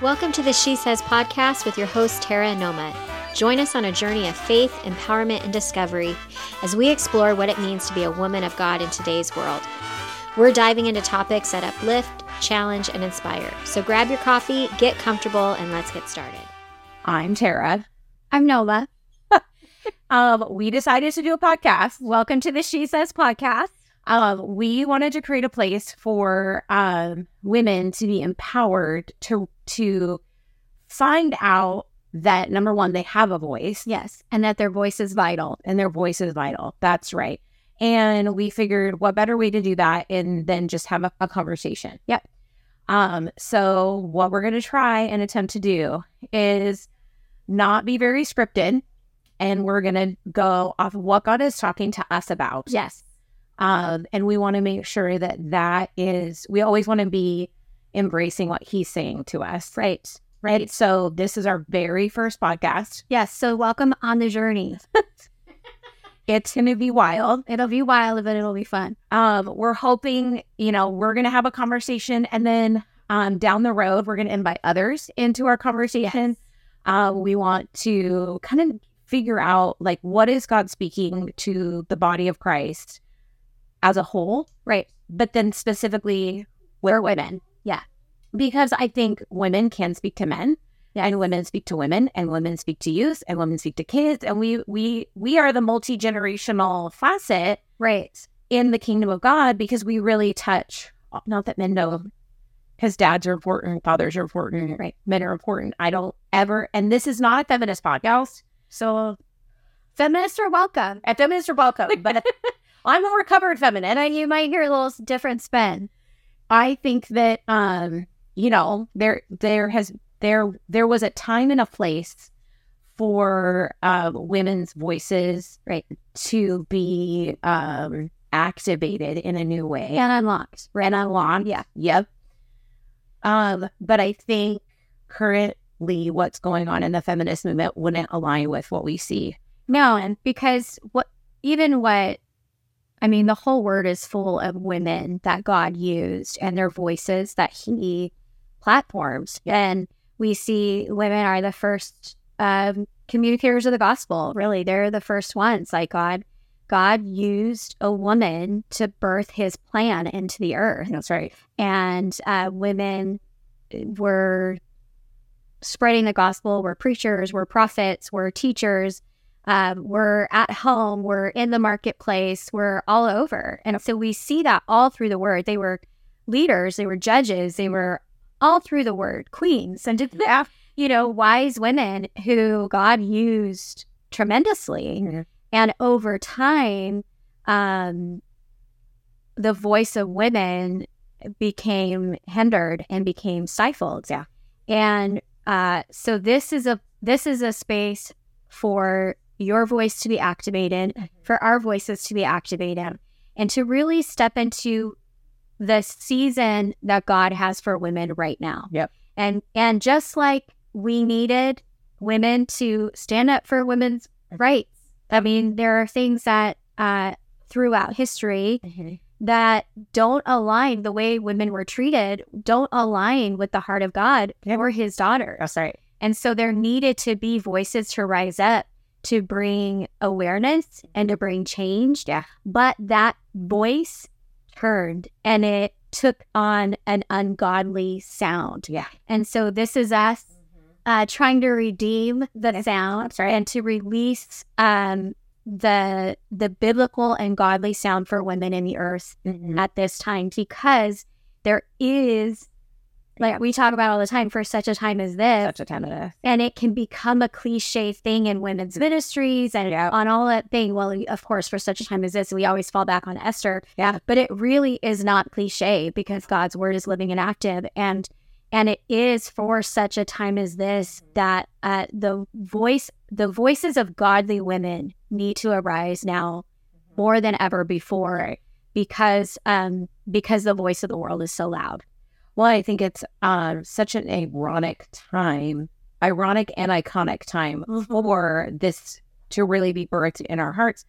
Welcome to the She Says podcast with your host, Tara Noma. Join us on a journey of faith, empowerment, and discovery as we explore what it means to be a woman of God in today's world. We're diving into topics that uplift, challenge, and inspire. So grab your coffee, get comfortable, and let's get started. I'm Tara. I'm Nola. Um, we decided to do a podcast. Welcome to the She Says podcast. Um, we wanted to create a place for um, women to be empowered to to find out that number one, they have a voice Yes. And that their voice is vital. and their voice is vital. That's right. And we figured what better way to do that and then just have a, a conversation. Yep. Um, so what we're gonna try and attempt to do is not be very scripted and we're gonna go off of what God is talking to us about. Yes. Um, and we want to make sure that that is, we always want to be embracing what he's saying to us. Right. Right. So this is our very first podcast. Yes. So welcome on the journey. It's going to be wild. It'll be wild, but it'll be fun. Um, we're hoping, you know, we're going to have a conversation and then um, down the road, we're going to invite others into our conversation. Uh, we want to kind of figure out like what is God speaking to the body of Christ as a whole, Right. but then specifically where women. Yeah. Because I think women can speak to men. And women speak to women and women speak to youth and women speak to kids. And we we we are the multi-generational facet Right. in the kingdom of God because we really touch not that men know because dads are important, fathers are important, right? Men are important. I don't ever and this is not a feminist podcast. So Feminists are welcome. a feminist are welcome, but I'm a recovered feminist. And I, you might hear a little s- different spin. I think that um, you know, there there has there there was a time and a place for uh, women's voices Right. to be um, activated in a new way And unlocked. ran along. Yeah. Yep. Um, but I think currently what's going on in the feminist movement wouldn't align with what we see. No, and because what even what I mean, the whole word is full of women that God used and their voices that He platforms. And we see women are the first um, communicators of the gospel. Really, they're the first ones. Like God, God used a woman to birth His plan into the earth, That's right. and uh, women were spreading the gospel were preachers, were prophets, were teachers, um, were at home, were in the marketplace, were all over. And so we see that all through the word. They were leaders, they were judges, they were all through the word, queens, and did Yeah. you know, wise women who God used tremendously. Mhm. And over time, um, the voice of women became hindered and became stifled. Yeah. And uh, so this is a this is a space for your voice to be activated, Mm-hmm. for our voices to be activated, and to really step into the season that God has for women right now. Yep. And and just like we needed women to stand up for women's Mm-hmm. rights. I mean, there are things that uh, throughout history that don't align the way women were treated, don't align with the heart of God Yep. or his daughter. That's right. And so there needed to be voices to rise up to bring awareness and to bring change. Yeah. But that voice turned and it took on an ungodly sound. Yeah. Mm-hmm. And so this is us uh, trying to redeem the sound right. and to release um, the the biblical and godly sound for women in the earth Mm-hmm. at this time because there is like we talk about all the time for such a time as this Such a time of this. and it can become a cliche thing in women's ministries and Yeah. on all that thing well of course for such a time as this we always fall back on esther Yeah. but it really is not cliche because god's word is living and active and and it is for such a time as this that uh, the voice the voices of godly women need to arise now Mm-hmm. more than ever before because um because the voice of the world is so loud Well, I think it's um, such an ironic time, ironic and iconic time for this to really be birthed in our hearts.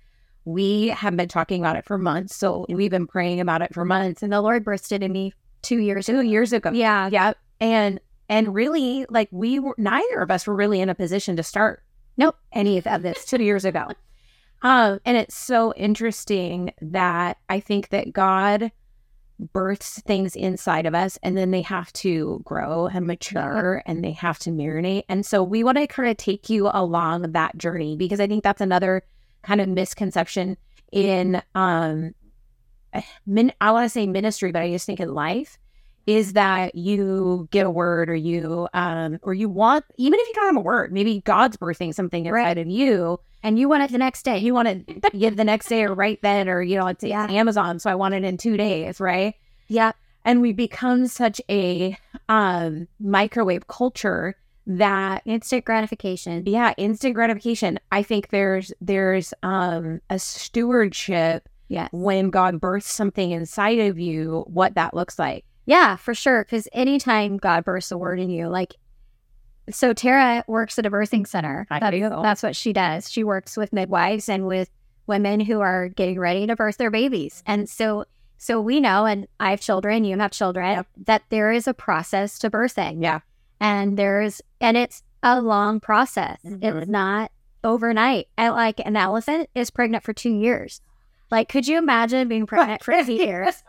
We have been talking about it for months. So we've been praying about it for months. and the lord bursted in me two years ago Two years ago. yeah Yeah. And And really, like we were, neither of us were really in a position to start Nope. any of that this two years ago. Um, and it's so interesting that I think that God births things inside of us and then they have to grow and mature and they have to marinate. And so we want to kind of take you along that journey because I think that's another kind of misconception in um min- I want to say ministry, but I just think in life is that you get a word or you um or you want even if you don't have a word, maybe God's birthing something inside of you And you want it the next day. you want to give the next day or right then or you know it's, it's Yeah. Amazon, so I want it in two days, right? yeah. and we become such a um, microwave culture that Instant gratification. yeah instant gratification i think there's there's um a stewardship Yes. when god births something inside of you what that looks like Yeah, for sure. Because anytime God births a word in you, like, so Tara works at a birthing center. I that's, do. that's what she does. She works with midwives and with women who are getting ready to birth their babies. And so, so we know, and I have children, you have children, that there is a process to birthing. Yeah. And there's, and it's a long process. Mhm. It's not overnight. And like an elephant is pregnant for two years. Like, could you imagine being pregnant for two years?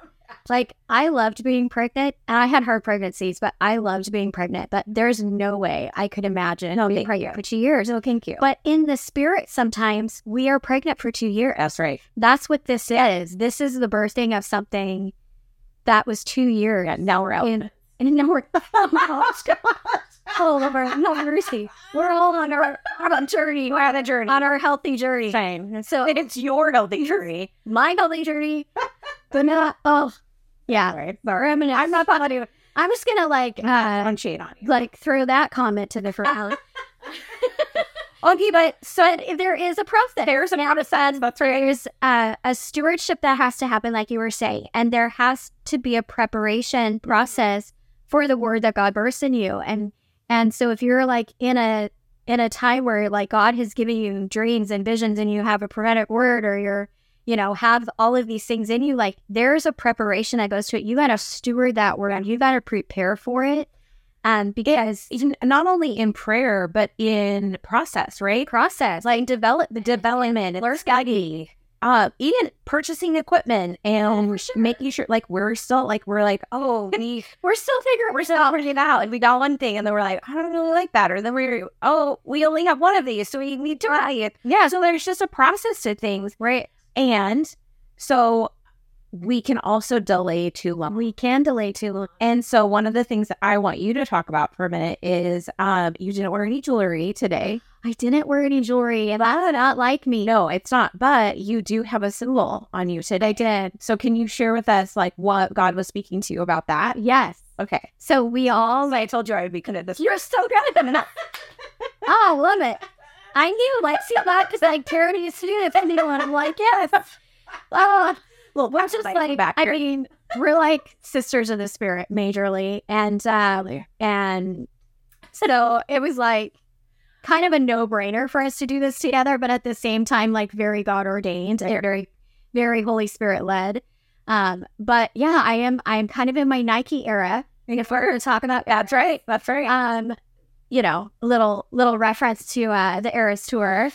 Like I loved being pregnant, and I had hard pregnancies, but I loved being pregnant. But there's no way I could imagine No, being thank you. pregnant for two years. oh, no thank you But in the spirit, sometimes we are pregnant for two years. that's right That's what this is. This is the birthing of something that was two years. yeah, now we're out And, and now we're oh all over. No mercy. We're all on our on our journey, on a journey on our healthy journey. Same. So And it's your healthy journey my healthy journey, but not. Oh, yeah. right Sorry, I'm, gonna, I'm not about to. I'm just gonna like. Uh, on shade on you like throw that comment to the front. alley. okay, but so if there is a process. There's an out of sense. That's right. There's a, a stewardship that has to happen, like you were saying, and there has to be a preparation process for the word that God bursts in you. And and so if you're like in a in a time where like God has given you dreams and visions, and you have a prophetic word, or you're you know, have all of these things in you. Like, there's a preparation that goes to it. You got to steward that word and you got to prepare for it. Um, because Even- not only in prayer but in process right process, like develop the development and Learn. study, uh, even purchasing equipment and making sure like we're still like we're like oh we we're still figuring we're still figuring it out and we got one thing and then we're like I don't really like that or then we're oh we only have one of these so we need to buy it yeah so there's just a process to things right. and so we can also delay too long We can delay too long. and so one of the things that I want you to talk about for a minute is um you didn't wear any jewelry today I didn't wear any jewelry and that's not like me. No, it's not. But you do have a symbol on you today. I did. So can you share with us like what God was speaking to you about that? Yes. Okay. So we all, I told you I would be good at this. you're so good at that. oh, love it. I knew, like, see that because like Karen used to do this, and you know, and I'm like, yes. Oh, Well, I'm just like, I mean, we're like sisters of the spirit, majorly, and um, and so it was like kind of a no brainer for us to do this together, but at the same time, like very God ordained, and very, very Holy Spirit led. Um, but yeah, I am, I am kind of in my Nike era. If we're gonna talk about that's right. That's right. um, you know, little little reference to uh the Eras tour.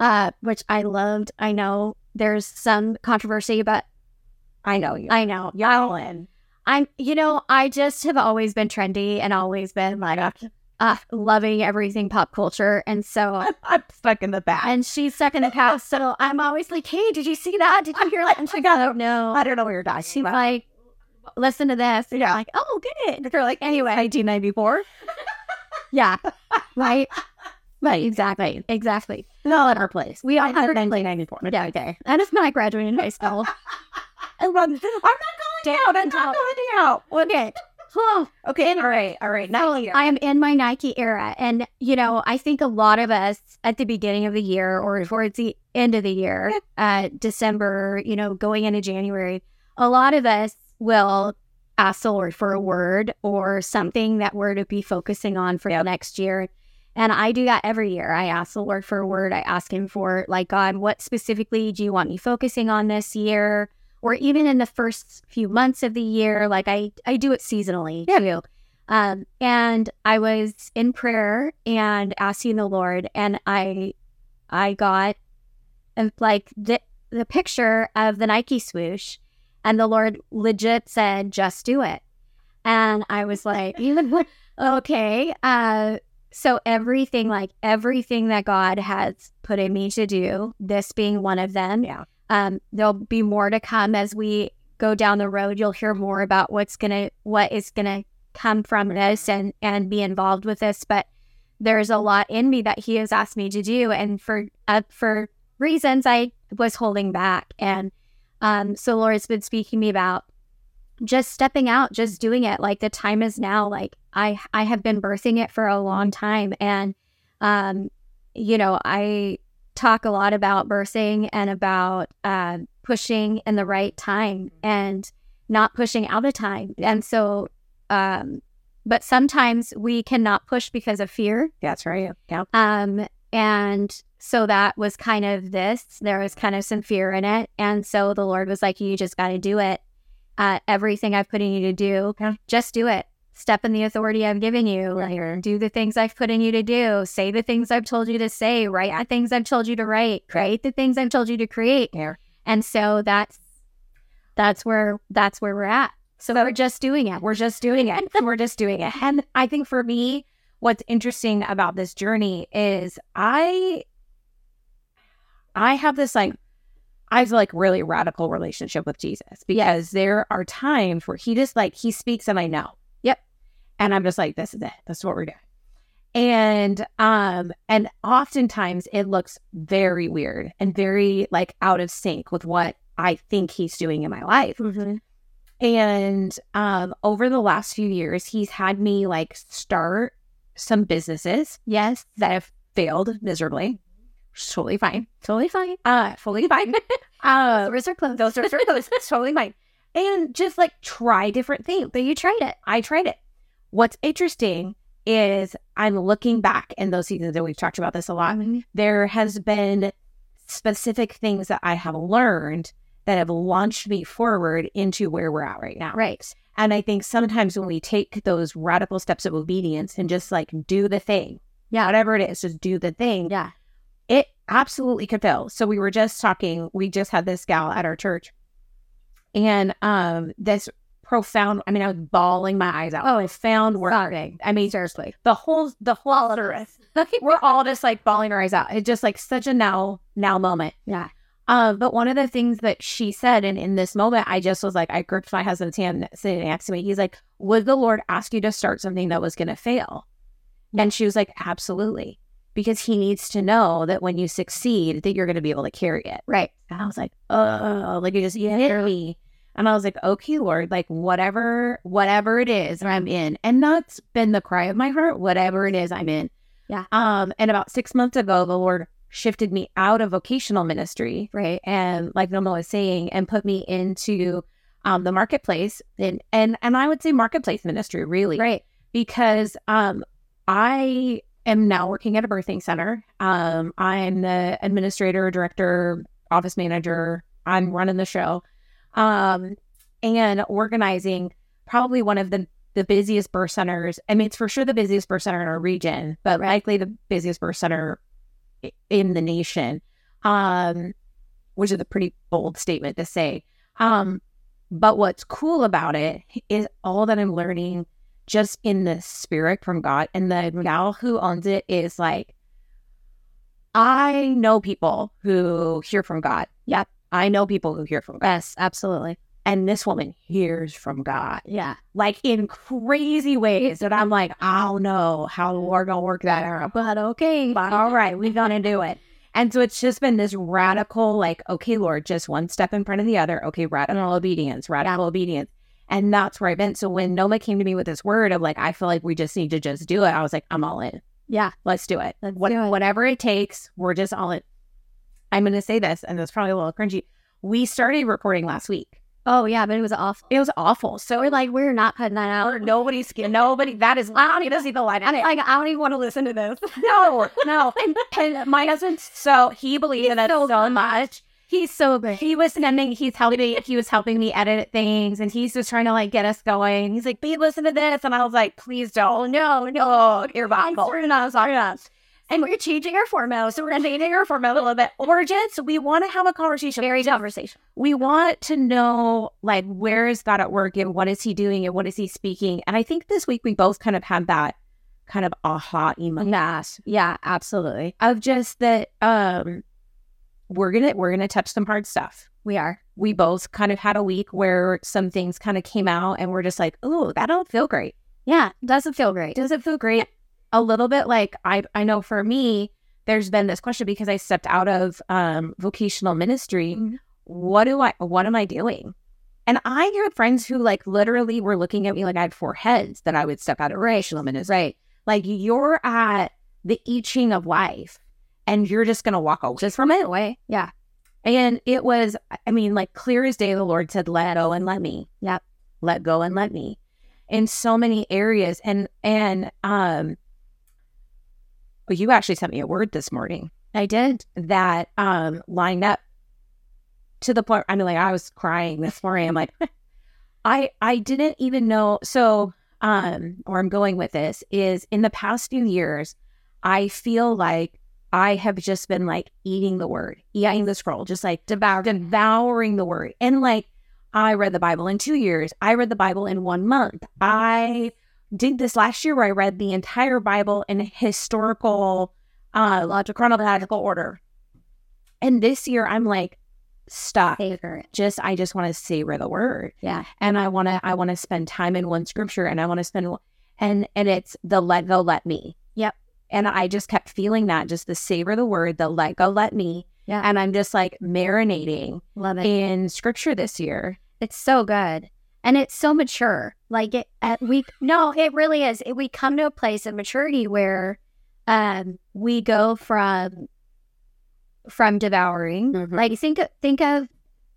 Uh, which I loved. I know there's some controversy, but I know you. I know. Yowlin. I'm you know, I just have always been trendy and always been like uh loving everything pop culture. And so I'm, I'm stuck in the back. and she's stuck in the house, so I'm always like, Hey, did you see that? Did you hear that? And she's like, I don't know. I don't know where you're dying. She's like, listen to this. And Yeah. I'm like, oh good. You're like anyway, 1994. Yeah. Right? Right. Exactly. Exactly. Not at our place. We all I had had a night. 1994. Yeah, okay. And if not, I graduated high school. I'm not, I'm not going out. I'm not going out. okay. Oh, Okay. All right. All right. Now you. I am in my Nike era. And, you know, I think a lot of us at the beginning of the year or towards the end of the year, uh, December, you know, going into January, a lot of us will ask the Lord for a word or something that we're to be focusing on for the next year. And I do that every year. I ask the Lord for a word. I ask Him for, like, God, what specifically do you want me focusing on this year? or even in the first few months of the year. Like I, I do it seasonally Yeah. too. Um, and I was in prayer and asking the Lord, and I, I got, uh, like the the picture of the Nike swoosh, and the Lord legit said, "Just do it," and I was like, "Okay." Uh, so everything, like everything that God has put in me to do, this being one of them. Yeah. Um, there'll be more to come as we go down the road. You'll hear more about what's gonna, what is gonna come from this and and be involved with this. But there's a lot in me that He has asked me to do, and for uh, for reasons I was holding back, and um, so Laura's been speaking to me about just stepping out, just doing it. Like the time is now. Like I I have been birthing it for a long time, and um, you know I talk a lot about birthing and about uh, pushing in the right time and not pushing out of time. And so, um, but sometimes we cannot push because of fear. That's right. Yeah. Um, and so that was kind of this. There was kind of some fear in it. And so the Lord was like, You just got to do it. Uh, everything I've put in you to do, Yeah. just do it. Step in the authority I've given you. Like, do the things I've put in you to do. Say the things I've told you to say. Write the things I've told you to write. Create the things I've told you to create. Yeah. And so that's that's where that's where we're at. So we're just doing it. We're just doing it. We're just doing it. And I think for me, what's interesting about this journey is I I have this like I feel like really radical relationship with Jesus because there are times where he just like he speaks and I know. Yep. And I'm just like, this is it. This is what we're doing. And um and oftentimes it looks very weird and very like out of sync with what I think he's doing in my life. And um, over the last few years, he's had me like start some businesses Yes. that have failed miserably. It's Totally fine. Totally fine. Uh, fully fine. uh, Doors are closed. those are those. It's totally fine. And just like try different things. But you tried it. I tried it. What's interesting is I'm looking back in those seasons that we've talked about this a lot. There has been specific things that I have learned that have launched me forward into where we're at right now. Right. And I think sometimes when we take those radical steps of obedience and just like do the thing, Yeah. whatever it is, just do the thing, Yeah. it absolutely could fail. So we were just talking, we just had this gal at our church and um this profound, I mean, I was bawling my eyes out. Oh, profound work. Sorry. I mean, Seriously. the whole, the whole, we're all just like bawling our eyes out. It's just like such a now, now moment. Yeah. Um, but one of the things that she said, and in this moment, I just was like, I gripped my husband's hand sitting next to me. He's like, Would the Lord ask you to start something that was going to fail? And she was like, Absolutely. Because he needs to know that when you succeed, that you're going to be able to carry it. Right. And I was like, Oh, like you just hit me. And I was like, Okay, Lord, like whatever, whatever it is, I'm in. And that's been the cry of my heart, whatever it is, I'm in. Yeah. Um, and about six months ago, the Lord shifted me out of vocational ministry Right. and like Norma was saying, and put me into um, the marketplace and and and I would say marketplace ministry really Right. because um, I am now working at a birthing center. Um, I'm the administrator, director, office manager. I'm running the show um, and organizing probably one of the the busiest birth centers. I mean, it's for sure the busiest birth center in our region, but likely the busiest birth center i- in the nation, um, which is a pretty bold statement to say. Um, but what's cool about it is all that I'm learning just in the spirit from God. And the gal who owns it is like, I know people who hear from God. Yep. I know people who hear from God. Yes. Absolutely. And this woman hears from God Yeah. like in crazy ways that I'm like, I don't know how the Lord gonna work that out. But okay. But all right, we're gonna do it. And so it's just been this radical, like, okay, Lord, just one step in front of the other. Okay, radical obedience, radical obedience. And that's where I've been. So when Noma came to me with this word of like, I feel like we just need to just do it, I was like, I'm all in. Yeah. Let's do it. Let's What- do it. Whatever it takes, we're just all in. I'm gonna say this, and it's probably a little cringy. We started recording last week. Oh yeah, but it was awful. It was awful. So We're like, we're not putting that out. Nobody's nobody. That is I don't even see the line. I, like, I don't even want to listen to this. no, no. And, and my husband, so he believes in us so, much. he's so he was sending he's helping me he was helping me edit things and he's just trying to like get us going he's like babe listen to this and i was like please don't No, no, you're I'm vocal sorry, no, sorry, no. And we're changing our format, so we're gonna change our format a little bit. we're just we want to have a conversation Very conversation. we want to know like where is god at work and what is he doing and what is he speaking and i think this week we both kind of had that kind of aha moment Yes, yeah, absolutely. of just that um we're gonna we're gonna touch some hard stuff We are. we both kind of had a week where some things kind of came out and we're just like, oh, that don't feel great. Yeah, doesn't feel great. Does it feel great? A little bit like I I know for me, there's been this question because I stepped out of um vocational ministry. Mhm. What do I what am I doing? And I had friends who like literally were looking at me like I had four heads that I would step out of vocational ministry. Right. Like you're at the itching of life and you're just gonna walk away just from it. Way. Yeah. And it was, I mean, like clear as day, the Lord said, let go and let me. Yep. Let go and let me in so many areas. And, and, um, well, you actually sent me a word this morning I did. that, um, lined up to the point, I mean, like I was crying this morning. I'm like, I, I didn't even know. So, um, where I'm going with this is in the past few years, I feel like I have just been like eating the word, eating the scroll, just like devour, devouring the word. And like, I read the Bible in two years. I read the Bible in one month. I did this last year where I read the entire Bible in historical, uh, logical, chronological order. And this year, I'm like, stop. Favorite. Just, I just want to savor the word Yeah. and I want to I want to spend time in one scripture and I want to spend and and it's the let go let me. Yep. And I just kept feeling that just the savor the word the let go let me. Yeah. And I'm just like marinating Love it. in scripture this year. It's so good. And it's so mature. Like it uh, we no, it really is. It, we come to a place of maturity where um we go from from devouring. Mhm. Like think think of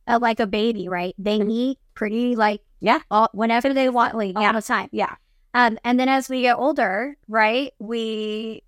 uh, like a baby, right? They eat pretty like Mm-hmm. Yeah. all, whenever they want like Yeah. all the time. Yeah. Um and then as we get older, right? We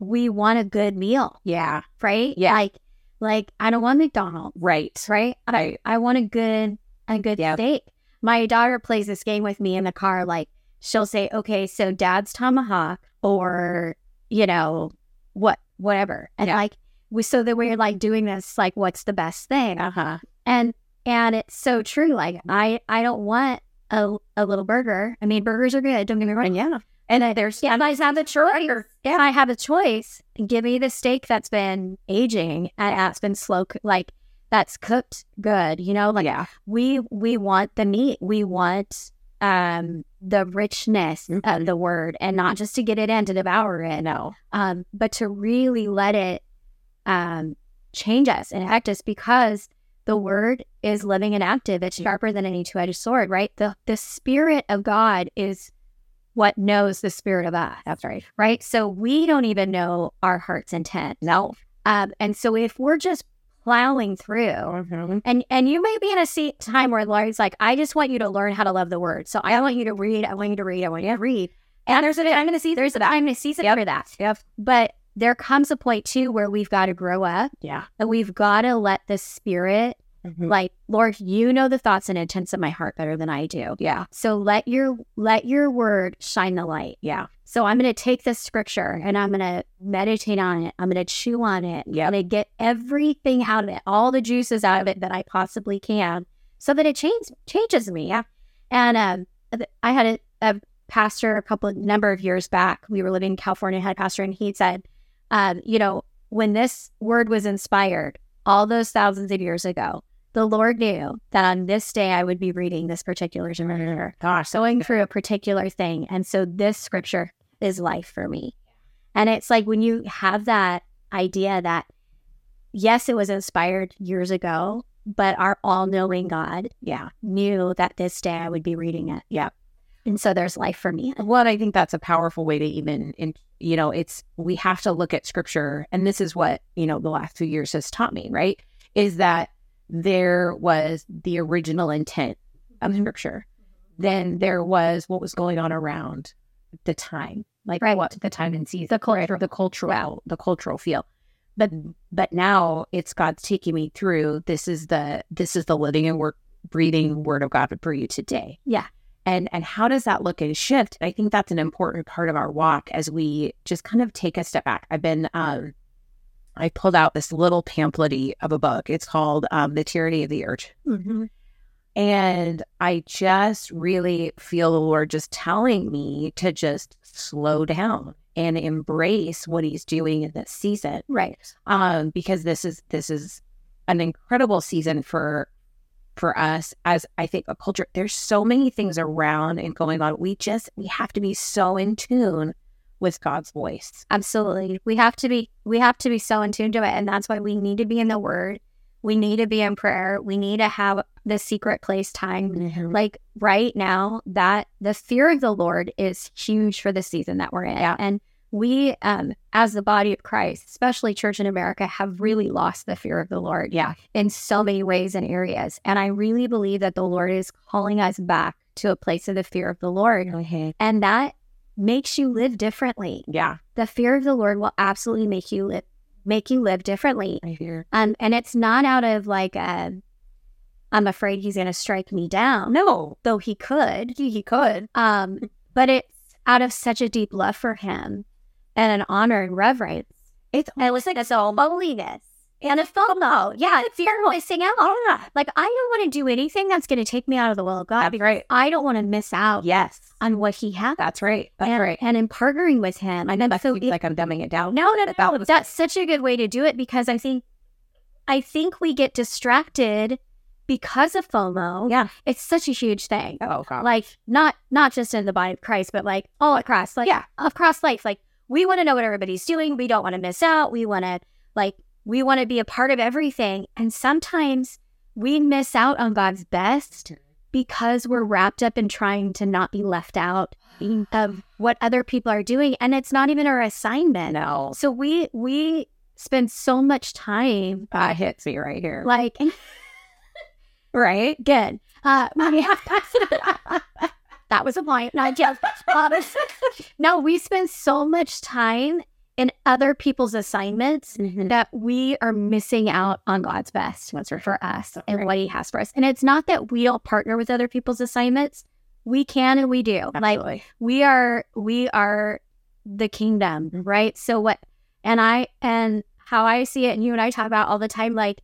we want a good meal, Yeah. right? Yeah. Like like I don't want McDonald's, Right. right? Right. I want a good a good Yep. steak. My daughter plays this game with me in the car. Like she'll say, "Okay, so Dad's tomahawk, or you know, what, whatever," and Yeah. like we so that we're like doing this. Like, what's the best thing? Uh-huh. And and it's so true. Like I I don't want a, a little burger. I mean, burgers are good. Don't get me wrong. And yeah. And I, there's yeah, if I have a choice, if I have a choice, give me the steak that's been aging and that's been slow, coo- like that's cooked good. You know, like yeah. we we want the meat we want um the richness of Mhm. the word and not just to get it in to devour it No. um but to really let it um change us and affect us because the word is living and active Mm-hmm. it's sharper than any two-edged sword right the the spirit of god is what knows the spirit of us That's right. right so we don't even know our heart's intent No. um and so if we're just plowing through Mhm. and and you may be in a se- time where Lori's like, I just want you to learn how to love the word. So I want you to read. I want you to read. I want you to read. And there's a I'm going to see there's a I'm going to season for that. Yep. But there comes a point too where we've got to grow up Yeah. and we've got to let the Spirit, Mhm. like Lord, you know the thoughts and intents of my heart better than I do. Yeah. So let your let your word shine the light. Yeah. So I'm going to take this scripture and I'm going to meditate on it. I'm going to chew on it. Yep. I'm going to get everything out of it, all the juices out of it that I possibly can, so that it changes changes me. Yeah. And um, th- I had a, a pastor a couple number of years back. We were living in California. Had a pastor, and he said, um, you know, when this word was inspired all those thousands of years ago, the Lord knew that on this day I would be reading this particular Gosh. So going through a particular thing. And so this scripture is life for me. And it's like when you have that idea that, yes, it was inspired years ago, but our all knowing God yeah. knew that this day I would be reading it. Yeah. And so there's life for me. Well, I think that's a powerful way to even, in, you know, it's we have to look at scripture, and this is what you know the last few years has taught me, right? Is that there was the original intent of scripture, then there was what was going on around the time, like Right. what the time and season, The cultural- the cultural, the cultural feel. but but now it's God's taking me through. This is the this is the living and work breathing word of God for you today. Yeah. And and how does that look and shift? I think that's an important part of our walk as we just kind of take a step back. I've been um I pulled out this little pamphlet of a book. It's called um, The Tyranny of the Urge. Mhm. And I just really feel the Lord just telling me to just slow down and embrace what he's doing in this season. Right. Um, because this is this is an incredible season for for us as I think a culture. There's so many things around and going on. We just we have to be so in tune with God's voice. Absolutely. We have to be we have to be so in tune to it. And that's why we need to be in the word. We need to be in prayer. We need to have the secret place time. Like right now, that the fear of the Lord is huge for the season that we're in. Yeah. And we um as the body of Christ, especially church in America, have really lost the fear of the Lord Yeah. in so many ways and areas. And I really believe that the Lord is calling us back to a place of the fear of the Lord. And that makes you live differently Yeah. the fear of the Lord will absolutely make you live make you live differently. I hear. Um, and it's not out of like a, I'm afraid he's going to strike me down, No. though he could. He could. Um, but it's out of such a deep love for him and an honor and reverence. It's And it's like a holiness and a FOMO. Yeah, it's fear of missing out. Like I don't want to do anything that's going to take me out of the will of God. That'd be great. I don't want to miss out Yes. on what He has. That's right. That's and, right. and in partnering with Him, I know that so seems it- like I'm dumbing it down. No, no, no. That was- That's such a good way to do it because I think I think we get distracted because of FOMO. Yeah. It's such a huge thing. Oh god. Like not not just in the body of Christ, but like all across like Yeah. across life. Like we want to know what everybody's doing. We don't want to miss out. We want to like we want to be a part of everything. And sometimes we miss out on God's best because we're wrapped up in trying to not be left out of what other people are doing and it's not even our assignment. no. So we we spend so much time That hits me right here. like right? good. Uh, yeah. that was a point. Not just no, we spend so much time in other people's assignments that we are missing out on God's best That's right. for us That's and right. what He has for us. And it's not that we don't partner with other people's assignments. We can and we do. Like Absolutely. we are we are the kingdom Mm-hmm. right so what and i and how i see it and you and i talk about all the time like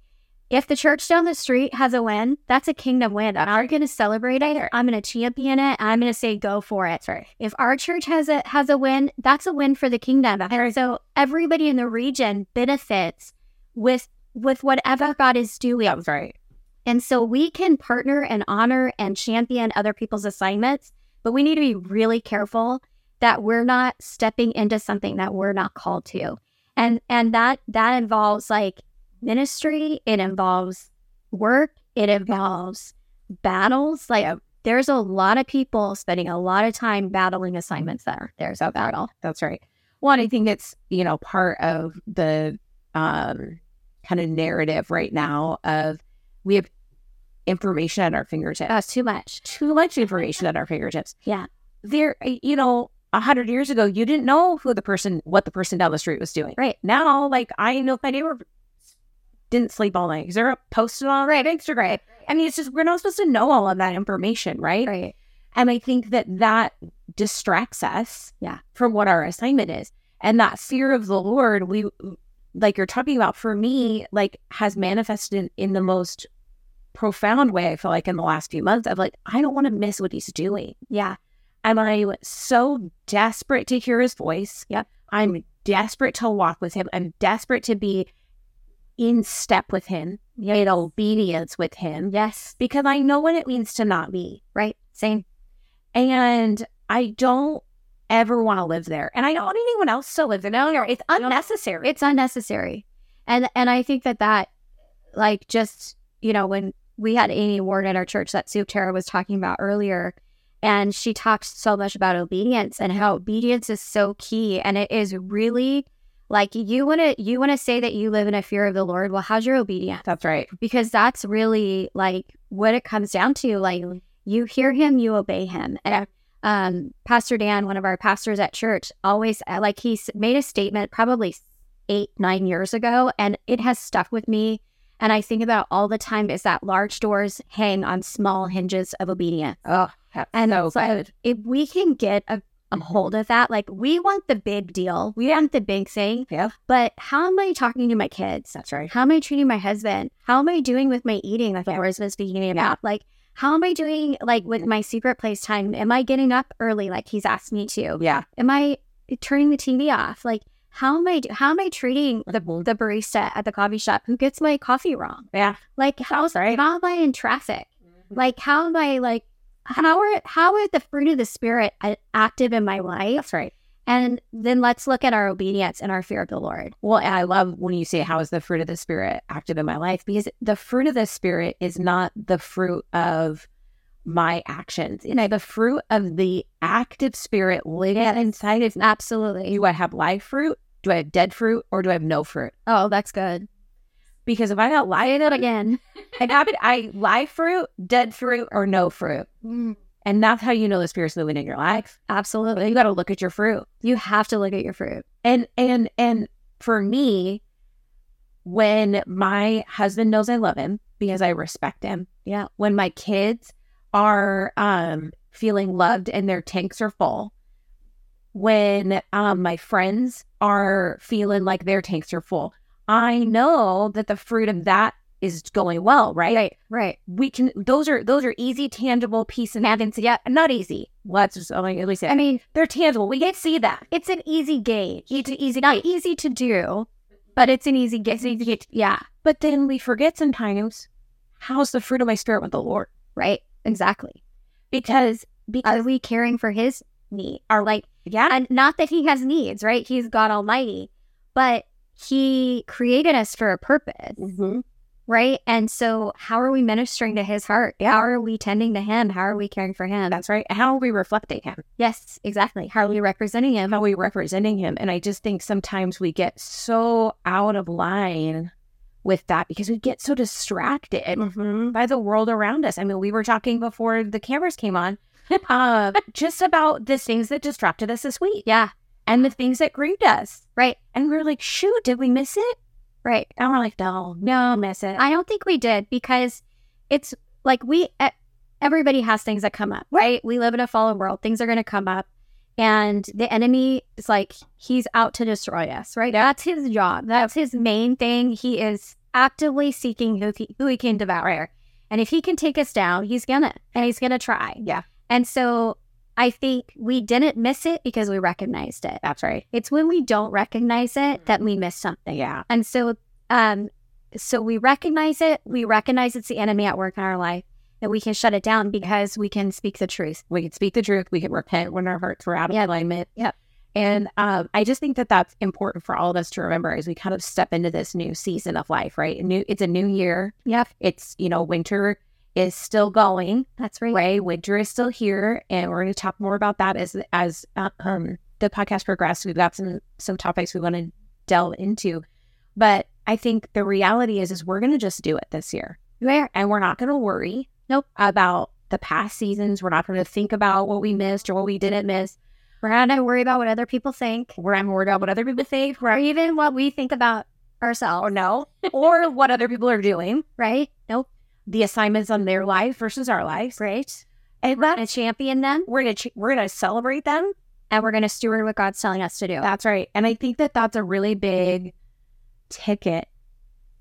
if the church down the street has a win that's a kingdom win and i'm going to celebrate it i'm going to champion it i'm going to say go for it That's right. if our church has a has a win that's a win for the kingdom and so everybody in the region benefits with with whatever god is doing That's right. and so we can partner and honor and champion other people's assignments, but we need to be really careful that we're not stepping into something that we're not called to. And and that that involves like ministry, it involves work, it involves battles. Like uh, there's a lot of people spending a lot of time battling assignments that are there's a battle. That's right. Well, and I think that's, you know, part of the um kind of narrative right now of we have information at our fingertips. That's too much. too much information at our fingertips. Yeah. There you know, a hundred years ago you didn't know who the person what the person down the street was doing. Right. Now, like I know if my neighbor didn't sleep all night because they're posted on right Instagram. I mean, it's just we're not supposed to know all of that information, right? Right. And I think that that distracts us, Yeah. from what our assignment is, and that fear of the Lord, we like you're talking about for me, like has manifested in, in the most profound way. I feel like in the last few months, of like I don't want to miss what He's doing. Yeah. And I'm so desperate to hear his voice. Yep. I'm desperate to walk with him. I'm desperate to be in step with him, in obedience with him, Yes. because I know what it means to not be. Right. Same. And I don't ever want to live there. And I don't want anyone else to live there. No, no, it's unnecessary. it's unnecessary and and i think that that like just you know when we had amy ward at our church that sue tara was talking about earlier and she talked so much about obedience and how obedience is so key and it is really like you want to you want to say that you live in a fear of the lord well how's your obedience That's right. because that's really like what it comes down to like you hear him you obey him and um pastor dan one of our pastors at church always uh, like he s- made a statement probably eight, nine years ago, and it has stuck with me. And I think about all the time is that large doors hang on small hinges of obedience. Oh, that's And so it's like- good. If we can get a, a hold of that, like we want the big deal, we want the big thing, Yeah. but how am I talking to my kids? That's right. How am I treating my husband? How am I doing with my eating? Like Yeah. what Laura's been speaking about. Like, how am I doing like with my secret place time? Am I getting up early like he's asked me to? Yeah. Am I turning the TV off? Like how am I do- how am I treating the the barista at the coffee shop who gets my coffee wrong? Mm-hmm. Yeah. Like how's right. Mm-hmm. how am I in traffic? Like how am I like how are how are the fruit of the spirit uh, active in my life? That's right. And then let's look at our obedience and our fear of the Lord. Well, and I love when you say, How is the fruit of the Spirit active in my life? Because the fruit of the Spirit is not the fruit of my actions. You know, the fruit of the active Spirit living inside of me. Absolutely. Do I have live fruit? Do I have dead fruit? Or do I have no fruit? Oh, that's good. Because if I got live, Say that again. I have it, I live fruit, dead fruit, or no fruit. And that's how you know the Spirit's moving in your life. You Absolutely. got to look at your fruit. You have to look at your fruit. and and and for me when my husband knows i love him because i respect him Yeah. when my kids are um feeling loved and their tanks are full when um my friends are feeling like their tanks are full i know that the fruit of that is going well right, Right. we can those are those are easy tangible piece and evidence yeah not easy well that's just oh my god I mean, they're tangible we can see that it's an easy gauge. It's easy, not easy to do, but it's an easy gauge. Yeah. But then we forget sometimes how's the fruit of my spirit with the Lord? Right. Exactly. Because because Are we caring for his need? Are like, yeah, and not that he has needs, right? He's God Almighty, but he created us for a purpose. Mm-hmm. Right. And so, how are we ministering to his heart? How are we tending to him? How are we caring for him? that's right. How are we reflecting him? Yes, exactly. How are we representing him? How are we representing him? And I just think sometimes we get so out of line with that because we get so distracted by the world around us. I mean, we were talking before the cameras came on, uh, just about the things that distracted us this week Yeah, and the things that grieved us. right, And we were like, shoot, did we miss it? right. And we're like, no, no, miss it. I don't think we did because it's like we, e- everybody has things that come up, right? We live in a fallen world. Things are going to come up. And the enemy is like, he's out to destroy us, right? That's his job. That's his main thing. He is actively seeking who he, who he can devour. And if he can take us down, he's going to, and he's going to try. Yeah. And so I think we didn't miss it because we recognized it. that's right. It's when we don't recognize it that we miss something. Yeah. And so, um, so we recognize it. We recognize it's the enemy at work in our life that we can shut it down because we can speak the truth. we could speak the truth we could repent when our hearts were out of Yeah. alignment Yep. and um, i just think that that's important for all of us to remember as we kind of step into this new season of life right A new it's a new year Yep, it's you know winter is still going that's right. right winter is still here and we're going to talk more about that as as uh, um, the podcast progresses we've got some some topics we want to delve into but i think the reality is is we're going to just do it this year Where? and we're not going to worry Nope. about the past seasons we're not going to think about what we missed or what we didn't miss We're not gonna worry about what other people think, we're not worried about what other people think or right even what we think about or ourselves. Oh, no or what other people are doing Right? Nope. the assignments on their life versus our lives Right. and We're that, gonna champion them, we're going to we're going to celebrate them and we're gonna steward what God's telling us to do. that's right and i think that that's a really big ticket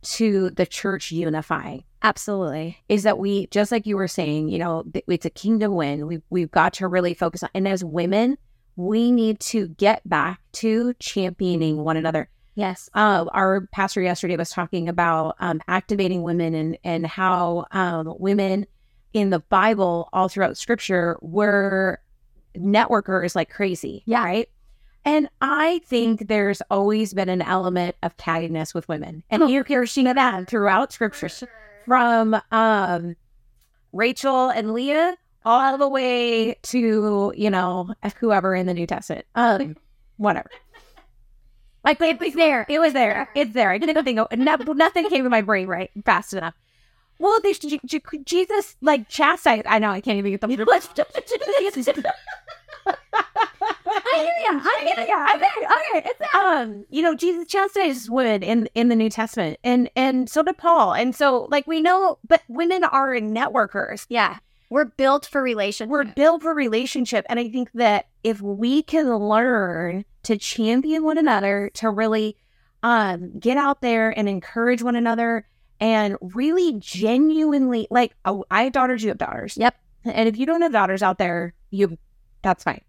to the church unifying Absolutely. is that we just like you were saying you know th- it's a kingdom win we, we've got to really focus on and as women we need to get back to championing one another Yes. uh, our pastor yesterday was talking about um, activating women and and how um, women in the bible all throughout scripture were networkers like crazy Yeah. Mm-hmm. right and i think there's always been an element of cattiness with women and Oh, you're hearing that throughout scripture from um Rachel and Leah all the way to you know whoever in the New Testament. Um, whatever. Like it was there. It was there. It's there. I didn't think no, nothing came to my brain right fast enough. Well, they, J- J- Jesus like chastised. I know I can't even get them. I hear ya. I yeah, yeah. Okay, okay. It's, um, you know, Jesus chastises women in in the New Testament, and and so did Paul, and so like we know, but women are networkers. Yeah. We're built for relationships. We're built for relationship, and I think that if we can learn to champion one another, to really um, get out there and encourage one another, and really genuinely like oh, I have daughters, you have daughters. Yep. And if you don't have daughters out there, you that's fine.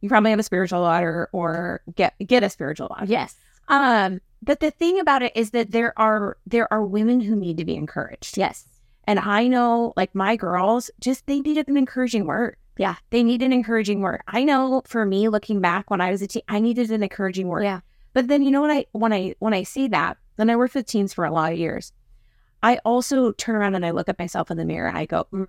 You probably have a spiritual daughter or get get a spiritual daughter. yes. Um, but the thing about it is that there are there are women who need to be encouraged. Yes. And I know like my girls just they needed an encouraging word. Yeah. They need an encouraging word. I know for me looking back when I was a teen, I needed an encouraging word. Yeah. But then you know what I when I when I see that, then I worked with teens for a lot of years. I also turn around and I look at myself in the mirror and I go, mm,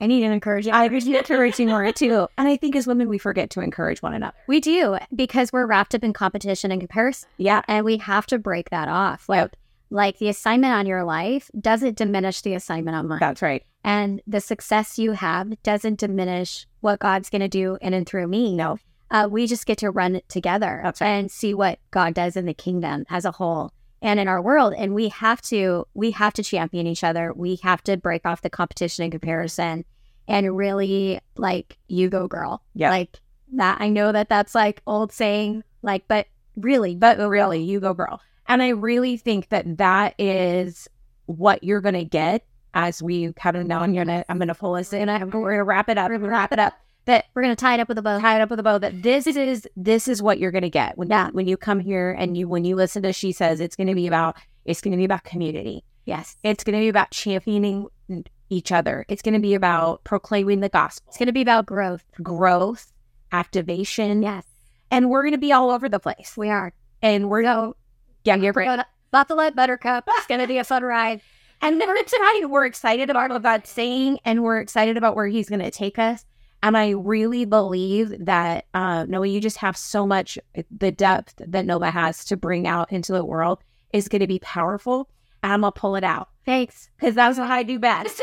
I need an encouraging. I need an encouraging word too. And I think as women we forget to encourage one another. we do because we're wrapped up in competition and comparison, Yeah. and we have to break that off. Like, like the assignment on your life doesn't diminish the assignment on mine, That's right. and the success you have doesn't diminish what God's going to do in and through me. No, uh, we just get to run it together That's right. and see what God does in the kingdom as a whole and in our world. And we have to we have to champion each other. We have to break off the competition and comparison, and really like you go, girl. Yeah. like that. I know that that's like old saying, like, but really, But really, you go girl. And I really think that that is what you're going to get as we kind of know. I'm going to, I'm going to pull this in. I'm going to wrap it up and wrap it up. That we're gonna tie it up with a bow. tie it up with a bow. That this is, this is what you're going to get when, Yeah. when you come here and you, when you listen to She Says, it's going to be about, it's going to be about community. Yes, It's going to be about championing each other. It's going to be about proclaiming the gospel, it's gonna be about growth. growth, activation. Yes, And we're going to be all over the place. we are. And we're going to, yeah, you're right. We're gonna buckle up, Buttercup. It's gonna be a fun ride. And we're excited. We're excited about what God's saying, and we're excited about where He's going to take us. And I really believe that uh, Noah, you just have so much the depth that Noah has to bring out into the world is going to be powerful. And I'm gonna pull it out Thanks. because that's what I do best.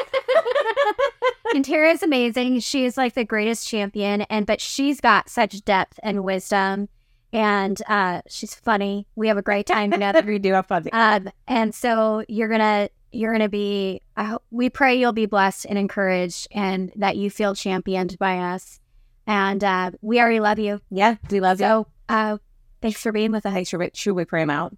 And Tara is amazing. She is like the greatest champion, and but she's got such depth and wisdom, and uh, she's funny. We have a great time together. we do have fun. Um, and so you're gonna you're gonna be. I hope we pray you'll be blessed and encouraged, and that you feel championed by us. And uh, we already love you. Yeah, we love you. So uh, thanks for being with us. Thanks for should we pray him out?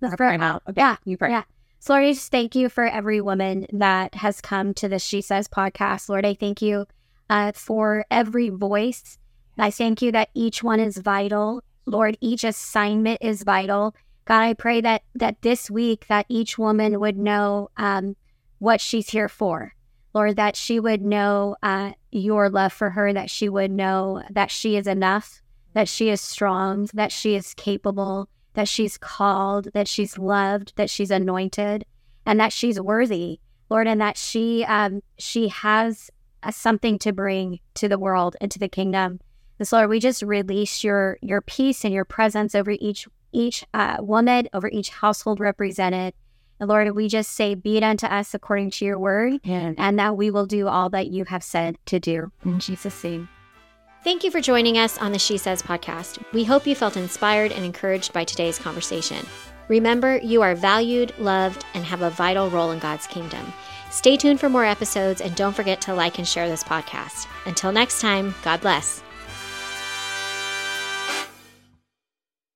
Let's Pray pray. him out. Okay, Yeah, you pray. yeah. So Lord, I just thank you for every woman that has come to the She Says podcast. Lord, I thank you uh, for every voice. I thank you that each one is vital. Lord, each assignment is vital. God, I pray that that this week that each woman would know um, what she's here for. Lord, that she would know uh, your love for her, that she would know that she is enough, that she is strong, that she is capable, that she's called, that she's loved, that she's anointed, and that she's worthy, Lord, and that she um, she has uh, something to bring to the world and to the kingdom. And so, Lord, we just release your your peace and your presence over each each uh, woman, over each household represented. And Lord, we just say, be it unto us according to your word, And and that we will do all that you have said to do. In Jesus' name. Thank you for joining us on the She Says podcast. We hope you felt inspired and encouraged by today's conversation. Remember, you are valued, loved, and have a vital role in God's kingdom. Stay tuned for more episodes and don't forget to like and share this podcast. Until next time, God bless.